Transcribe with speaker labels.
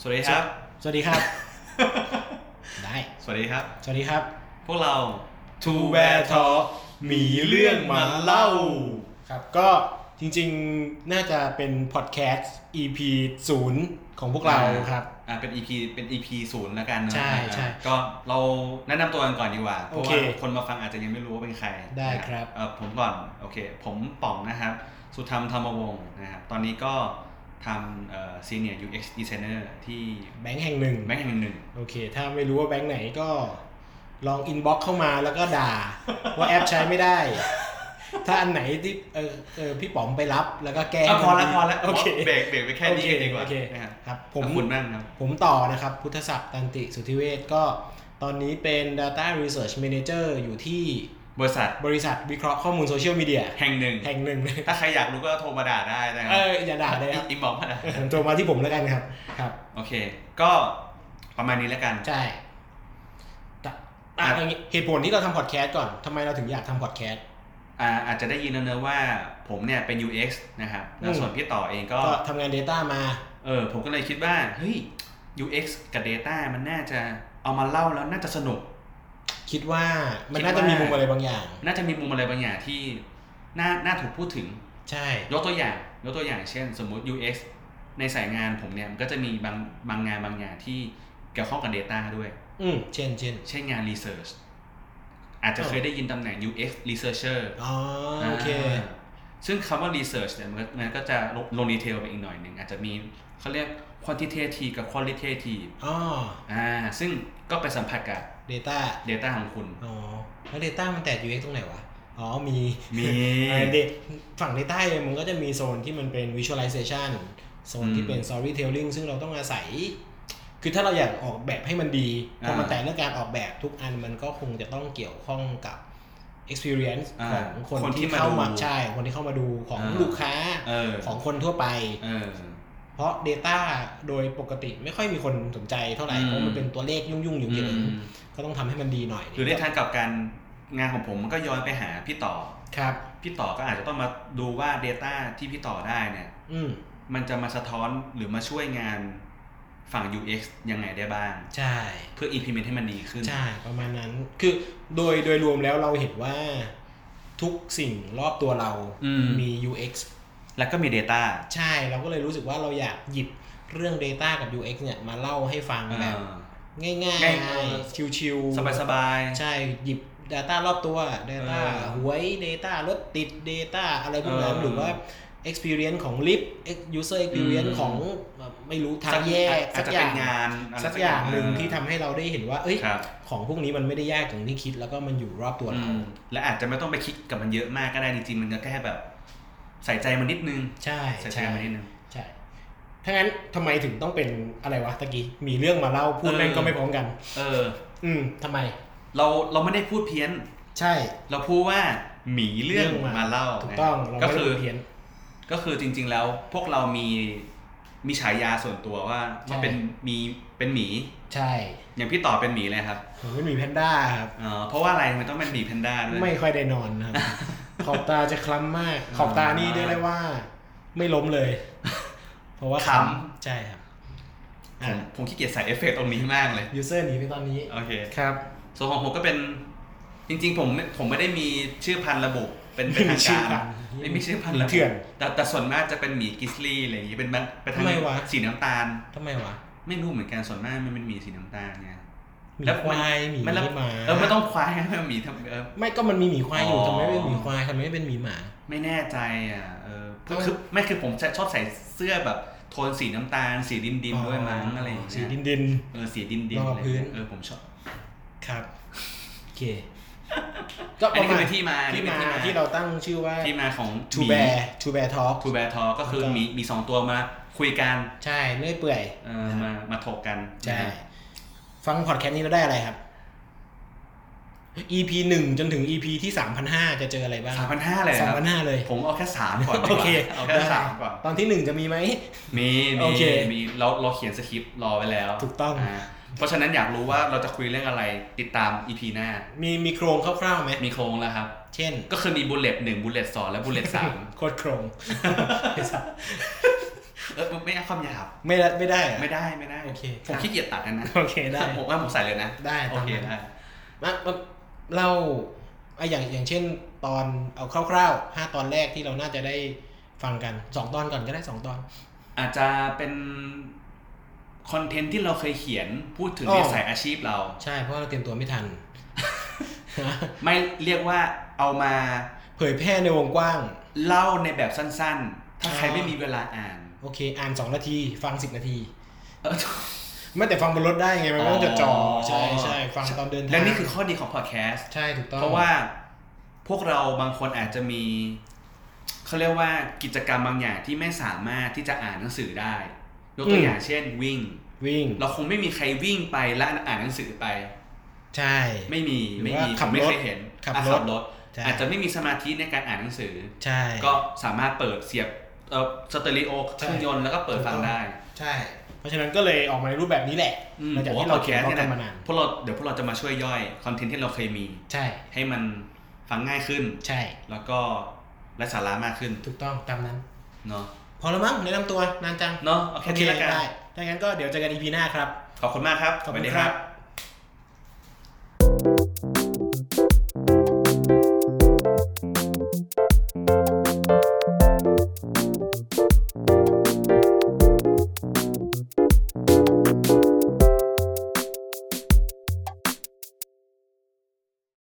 Speaker 1: สวัสดีครับ
Speaker 2: สวัสดี ครับ ได้
Speaker 1: สวัสดีครับ
Speaker 2: สวัสดีครับ
Speaker 1: พวกเรา
Speaker 2: Two Bear Talk
Speaker 1: มีเรื่องมาเล่า
Speaker 2: ครับ ก็จริงๆ น่าจะเป็นพอดแคสต์ EP ศูนย์ของพวกเราครับ
Speaker 1: อ่าเป็น EP เป็น EP ศูนย์แล้วกันเนอะ
Speaker 2: ใช่ใช่
Speaker 1: ก็เราแนะนำตัวกันก่อนดีกว่า เพ
Speaker 2: โอ
Speaker 1: ราะ
Speaker 2: เค
Speaker 1: ว่าคนมาฟังอาจจะยังไม่รู้ว่าเป็นใคร
Speaker 2: ได้
Speaker 1: นะครับ เอ่อผมก่อน โอเค ผมป๋องนะครับ สุธรรมธรรมวงศ์นะครับ ตอนนี้ก็ทำเอ่อ senior UX designer ที่
Speaker 2: แบงค์แห่งหนึ่ง
Speaker 1: แบงก์แห่งหนึ่ง
Speaker 2: โอเค ถ้าไม่รู้ว่าแบงค์ไหนก็ ลองอินบ็อกเข้ามาแล้วก็ ด่า ว่าแอปใช้ไม่ได้ ถ้าอันไหนที่เออเออพี่ป๋อมไปรับแล้วก็แก้
Speaker 1: อ่ะพอละพอละ
Speaker 2: โอเค
Speaker 1: เบรกเบรกไปแค่นี้
Speaker 2: โอเ
Speaker 1: กันดีกว่า
Speaker 2: โอเค
Speaker 1: นะครับ
Speaker 2: ครับผ
Speaker 1: ผม
Speaker 2: ม
Speaker 1: คุณบ้างครับ
Speaker 2: ผมต่อนะครับ พุทธศักดิ์ตันติสุทธิเวชก็ตอนนี้เป็น Data Research Manager อยู่ที่
Speaker 1: บริษัท
Speaker 2: บริษัทวิเคราะห์ข้อมูลโซเชียลมีเดีย
Speaker 1: แห่งหนึ่ง
Speaker 2: แห่งหนึ่ง
Speaker 1: ถ้าใครอยากรู้ก็โทรมาด่าได้นะครั
Speaker 2: เอออย่าด่าเลยครับ
Speaker 1: อินบอกมาด่า
Speaker 2: เออโทรมาที่ผมแล้วกันครับ ครับ
Speaker 1: โอเค ก็ประมาณนี้แล้วกัน
Speaker 2: ใช่แต่อ่ะอย่างงี้เหตุผลที่เราทำพอดแคสต์ก่อนทำไมเราถึงอยากทำพอดแคสต์
Speaker 1: อ่าอาจจะได้ยินแล้วเนอะว่าผมเนี่ยเป็น UX นะครับ แล้ว
Speaker 2: อืม
Speaker 1: ส่วนพี่ต่อเองก็
Speaker 2: ก็ทำงาน Data มา
Speaker 1: เออผมก็เลยคิดว่า เฮ้ย UX กับ Data มันน่าจะเอามาเล่าแล้วน่าจะสนุก
Speaker 2: คิดว่ามัน
Speaker 1: คิดว่า
Speaker 2: น่าจะมีมุมอะไรบางอย่าง
Speaker 1: น่าจะมีมุมอะไรบางอย่างที่น่าน่าถูกพูดถึง
Speaker 2: ใช่
Speaker 1: ยกตัวอย่าง ยกตัวอย่างเช่น สมมุติ UX ในสายงานผมเนี่ยมันก็จะมีบางบางงานบางอย่างที่เกี่ยวข้องกับ Data ด้วย
Speaker 2: อืมเช่นเช่น
Speaker 1: เช่นงาน Research อาจจะ
Speaker 2: อ๋อ
Speaker 1: เคยได้ยินตำแหน่ง UX Researcher
Speaker 2: อ๋อโอเค
Speaker 1: าซึ่งคำว่า research เนี่ยมันก็มันก็จะลงลงดีเทลไปอีกหน่อยหนึ่งอาจจะมีเขาเรียก quantitative กับ qualitative
Speaker 2: อ๋อ
Speaker 1: อ่าซึ่งก็ไปสัมผัสกับ
Speaker 2: Data
Speaker 1: data ของคุณ
Speaker 2: อ๋อ แล้ว Data มันแตก UX ตรงไหนวะ อ๋อมี
Speaker 1: มี
Speaker 2: เอ่อ เดฝั่งในใต้เนี่ยมันก็จะมีโซนที่มันเป็น visualization โซนที่เป็น storytelling ซึ่งเราต้องอาศัย คือถ้าเราอยากออกแบบให้มันดีพ
Speaker 1: อ่า
Speaker 2: อมันแต่เรื่องการออกแบบทุกอันมันก็คงจะต้องเกี่ยวข้องกับ experience
Speaker 1: อ่า
Speaker 2: ของคน
Speaker 1: คนที่
Speaker 2: ที่
Speaker 1: มา
Speaker 2: เข้ามา
Speaker 1: ดู
Speaker 2: ใช่ คนที่เข้ามาดูของ
Speaker 1: อ่า
Speaker 2: ลูกค้า
Speaker 1: เออ
Speaker 2: ของคนทั่วไป
Speaker 1: เออ
Speaker 2: เพราะ Data โดยปกติไม่ค่อยมีคนสนใจเท่าไหร่
Speaker 1: อืม
Speaker 2: เพราะมันเป็นตัวเลขยุ่งๆอยู่
Speaker 1: อื
Speaker 2: เยอะ
Speaker 1: ม
Speaker 2: ก็ต้องทำให้มันดีหน่อย
Speaker 1: หรือในทางกลับการงานของผมมันก็ย้อนไปหาพี่ต่อ
Speaker 2: ครับ
Speaker 1: พี่ต่อก็อาจจะต้องมาดูว่า Data ที่พี่ต่อได้เนี่ย
Speaker 2: อืม
Speaker 1: มันจะมาสะท้อนหรือมาช่วยงานฝั่ง UX ยังไงได้บ้าง
Speaker 2: ใช่
Speaker 1: เพื่อ implement ให้มันดีขึ้น
Speaker 2: ใช่ประมาณนั้นคือโดยโดยรวมแล้วเราเห็นว่าทุกสิ่งรอบตัวเรา
Speaker 1: อืม
Speaker 2: มี UX
Speaker 1: แล้วก็มี Data
Speaker 2: ใช่เราก็เลยรู้สึกว่าเราอยากหยิบเรื่อง Data กับ UX เนี่ยมาเล่าให้ฟัง
Speaker 1: เอ
Speaker 2: แบบ
Speaker 1: อ
Speaker 2: ง่ายๆ
Speaker 1: ง่าย
Speaker 2: ชิว
Speaker 1: สบายสบาย
Speaker 2: ใช่หยิบ Data รอบตัว Data
Speaker 1: เออ
Speaker 2: หวย Data รถติด Data อะไรพวกนั้น
Speaker 1: เออ
Speaker 2: หรือว่า experience ของลิฟ user experience
Speaker 1: อืม
Speaker 2: ของไม่รู้ทางแยก
Speaker 1: อา
Speaker 2: สั
Speaker 1: จ
Speaker 2: ก
Speaker 1: จะเป็
Speaker 2: อย่าน ง
Speaker 1: งานอะไร
Speaker 2: สักอย่างหนึ่ง
Speaker 1: เออ
Speaker 2: ที่ทำให้เราได้เห็นว่าเอ้ย
Speaker 1: ครับ
Speaker 2: ของพวกนี้มันไม่ได้ยากอย่างที่คิดแล้วก็มันอยู่รอบตัว
Speaker 1: อื
Speaker 2: เรา
Speaker 1: มและอาจจะไม่ต้องไปคิดกับมันเยอะมากก็ได้จริงๆมันก็แค่แบบ ใส่ใจมันนิดนึง
Speaker 2: ใช่
Speaker 1: ใส่ใจ
Speaker 2: ใช่
Speaker 1: มันนิดนึง
Speaker 2: ใช่ถ้างั้นทำไมถึงต้องเป็นอะไรวะตะกี้มีเรื่องมาเล่าพูด
Speaker 1: เออ
Speaker 2: แม่งก็ไม่พร้อมกัน
Speaker 1: เออ
Speaker 2: อืมทำไม
Speaker 1: เราเราไม่ได้พูดเพี้ยน
Speaker 2: ใช่
Speaker 1: เราพูดว่าหมีเรื่อง
Speaker 2: เรื่องมาม
Speaker 1: มาเล่า
Speaker 2: ถูกต้อง
Speaker 1: นะ
Speaker 2: เรา
Speaker 1: ก็
Speaker 2: ไม่
Speaker 1: คื
Speaker 2: ได้
Speaker 1: อ
Speaker 2: เพี้ยน
Speaker 1: ก็คือจริง ๆ แล้วพวกเรามีมีฉายาส่วนตัวว่าว่า
Speaker 2: ใช่
Speaker 1: เป็นมีเป็นหมี
Speaker 2: ใช่
Speaker 1: อย่างพี่ต่อเป็นหมีเลยครับ
Speaker 2: ผมเป็นหมีแพนด้าครับ
Speaker 1: เอ่อเพราะว่าอะไรมันต้องเป็นหมีแพนด้าด้วย
Speaker 2: ไม่ค่อยได้นอนครับ ขอบตาจะคล้ำมาก ขอบตานี่เรียกได้ว่า ไม่ล้มเลย เพราะว่า
Speaker 1: คล้ำ
Speaker 2: ใช่ครับ
Speaker 1: ผ
Speaker 2: อ่ะ
Speaker 1: มผมขี้เกียจใส่เอฟเฟกต์ตรงนี้มากเลย
Speaker 2: user หนีไปตอนนี้
Speaker 1: โอเค
Speaker 2: ครับ
Speaker 1: ส่วนของผมก็เป็นจริงๆ ผมไม่ผมไม่ได้มีชื่อพันธุ์ระบุเป็นเป็น
Speaker 2: ไม่
Speaker 1: ทาง
Speaker 2: มีชื่อ
Speaker 1: การ
Speaker 2: พันธุ์
Speaker 1: ไม่มีชื่อพันธุ์ระบุ
Speaker 2: เถื่อน
Speaker 1: แต่แต่ส่วนมากจะเป็นหมีกริสลี่อะไรอย่างงี้เป็นแบบเป็นทาง
Speaker 2: ทำไมวะ
Speaker 1: สีน้ำตาล
Speaker 2: ทำไมวะ
Speaker 1: ไม่รู้เหมือนกันส่วนมากมันเป็นหมีสีน้ำตาลไง
Speaker 2: หมีควายหมี
Speaker 1: ไม่แล้ว
Speaker 2: หมา
Speaker 1: เออไม่ต้องควายให้มันหมีทำเออ
Speaker 2: ไม่ก็มันมีหมีควายอยู่
Speaker 1: อ๋อ
Speaker 2: ทำไมไม่เป็นหมีควายทำไมไม่เป็นหมีหมา
Speaker 1: ไม่แน่ใจอ่ะเออคือ
Speaker 2: เออ
Speaker 1: คือไม่คือผมจะชอบใส่เสื้อแบบโทนสีน้ำตาล สีดินดินๆด้วยมั้งอะไรอย่าง
Speaker 2: สี
Speaker 1: เงี้
Speaker 2: ดิ
Speaker 1: ย
Speaker 2: นดิน
Speaker 1: เออสีดินดิน
Speaker 2: รองกับพื้น
Speaker 1: เออผมชอบ
Speaker 2: ครับโอเค
Speaker 1: อันนี้ก็เป็นที่มาอัน
Speaker 2: ที่
Speaker 1: นี้เป็น
Speaker 2: มา
Speaker 1: ที่มา
Speaker 2: ที่เราตั้งชื่อว่า
Speaker 1: ที่มาของ
Speaker 2: To Bear To Bear Talk
Speaker 1: ทูแบทอก็คือ
Speaker 2: แล้วก็
Speaker 1: มีมีสองตัวมาคุยกัน
Speaker 2: ใช่เลื่อยเปื่อย
Speaker 1: เอ่อมามาถกกัน
Speaker 2: ใช่
Speaker 1: นะฮะ
Speaker 2: ฟังพอดแคสต์นี้เราได้อะไรครับ EP 1 จนถึง EP ที่ 3,500 จะเจออะไรบ้าง
Speaker 1: สามพันห้าเลยครับ
Speaker 2: 3,500 เลย
Speaker 1: ผมเอาแค่สามก่อนดีกว่า
Speaker 2: โอเค
Speaker 1: เอาแค่
Speaker 2: ได้
Speaker 1: สามก่อน
Speaker 2: ตอนที่หนึ่งจะมีไหม
Speaker 1: มี
Speaker 2: โอ
Speaker 1: มี
Speaker 2: เค
Speaker 1: มีเราเราเขียนสคริปต์รอไว้แล้ว
Speaker 2: ถูกต้อง
Speaker 1: าเพราะฉะนั้นอยากรู้ว่าเราจะคุยเรื่องอะไรติดตาม EP หน้า
Speaker 2: มีมีโครงคร่าวๆไหม
Speaker 1: มีโครงแล้วครับ
Speaker 2: เช่น
Speaker 1: ก็คือมีบุลเลตหนึ่งบุลเลตสองและบุลเลตสาม
Speaker 2: โคตรโครง
Speaker 1: เออไม่เอาคำหยา บ
Speaker 2: ไม่ได้ไม่ได้เหรอ
Speaker 1: ไม่ได้ไม่ได้
Speaker 2: โอเคครับ
Speaker 1: ผมขี้เกียจตัดนะนะ
Speaker 2: โอเคได้
Speaker 1: ผมว่าผมใส่เลยนะ
Speaker 2: ได้
Speaker 1: โอ
Speaker 2: ตาม
Speaker 1: เค
Speaker 2: นั้น
Speaker 1: ได้
Speaker 2: มามาเล่าไอะอย่างอย่างเช่น ตอนเอาคร่าวๆห้าตอนแรกที่เราน่าจะได้ฟังกันสองตอนก่อนก็ได้สองตอน
Speaker 1: อาจจะเป็นคอนเทนต์ที่เราเคยเขียนพูดถึง
Speaker 2: อ๋อ
Speaker 1: ในสายอาชีพเรา
Speaker 2: ใช่เพราะเราเตรียมตัวไม่ทัน
Speaker 1: ไม่เรียกว่าเอามา
Speaker 2: เผยแพร่ในวงกว้าง
Speaker 1: เล่าในแบบสั้นๆ ถ้าใคร
Speaker 2: อ๋อ
Speaker 1: ไม่มีเวลาอ่าน
Speaker 2: โอเค อ่านสองนาที ฟังสิบนาที
Speaker 1: เออ
Speaker 2: ไม่แต่ฟังบนรถได้ไงมันไม่ต้องจดจ่ออ
Speaker 1: อ
Speaker 2: ใช่ใช่ฟังตอนเดินทาง
Speaker 1: และนี่คือข้อดีของพอดแคสต์
Speaker 2: ใช่ถูกต้อง
Speaker 1: เพราะว่าพวกเราบางคนอาจจะมีเขาเรียกว่ากิจกรรมบางอย่างที่ไม่สามารถที่จะอ่านหนังสือได้ยกตัวอย่างเช่น วิ่ง
Speaker 2: วิ่ง
Speaker 1: เราคงไม่มีใครวิ่งไปและอ่านหนังสือไป
Speaker 2: ใช่
Speaker 1: ไม่มี
Speaker 2: หรือ
Speaker 1: ไม่
Speaker 2: ว่า
Speaker 1: มี
Speaker 2: ขับ
Speaker 1: ผมไม่
Speaker 2: รถ
Speaker 1: เคยเห็น
Speaker 2: ขับ
Speaker 1: อ่ะ
Speaker 2: รถ
Speaker 1: ขับรถ
Speaker 2: ใช่
Speaker 1: อาจจะไม่มีสมาธิในการอ่านหนังสือ
Speaker 2: ใช่
Speaker 1: ก็สามารถเปิดเสียบเอ่อสเตอริโอเครื่องยนต์แล้วก็เปิดฟังได้
Speaker 2: ใช่ เพราะฉะนั้นก็เลยออกมาในรูปแบบนี้แหละ
Speaker 1: อืม
Speaker 2: หลังจา
Speaker 1: ผ
Speaker 2: ก
Speaker 1: มว่าพอ
Speaker 2: ที่เรา
Speaker 1: ดแค
Speaker 2: เขีย
Speaker 1: สต์
Speaker 2: นข้อ
Speaker 1: เนี่ย
Speaker 2: กัน
Speaker 1: นะ
Speaker 2: มานาน
Speaker 1: พวกเราเดี๋ยวพวกเราจะมาช่วยย่อยคอนเทนต์ที่เราเคยมี
Speaker 2: ใช่
Speaker 1: ให้มันฟังง่ายขึ้น
Speaker 2: ใช่
Speaker 1: แล้วก็ไร้สาระมากขึ้น
Speaker 2: ถูกต้องตามนั้น
Speaker 1: เนาะ
Speaker 2: พอแล้วมั้งแนะนำตัวนานจัง
Speaker 1: เนาะเอาแค่นี้ละกัน
Speaker 2: ได้ถ้างั้นก็เดี๋ยวเจอกันอีพีหน้าครับ
Speaker 1: ขอบคุณมากครับ
Speaker 2: ขอบคุณครับ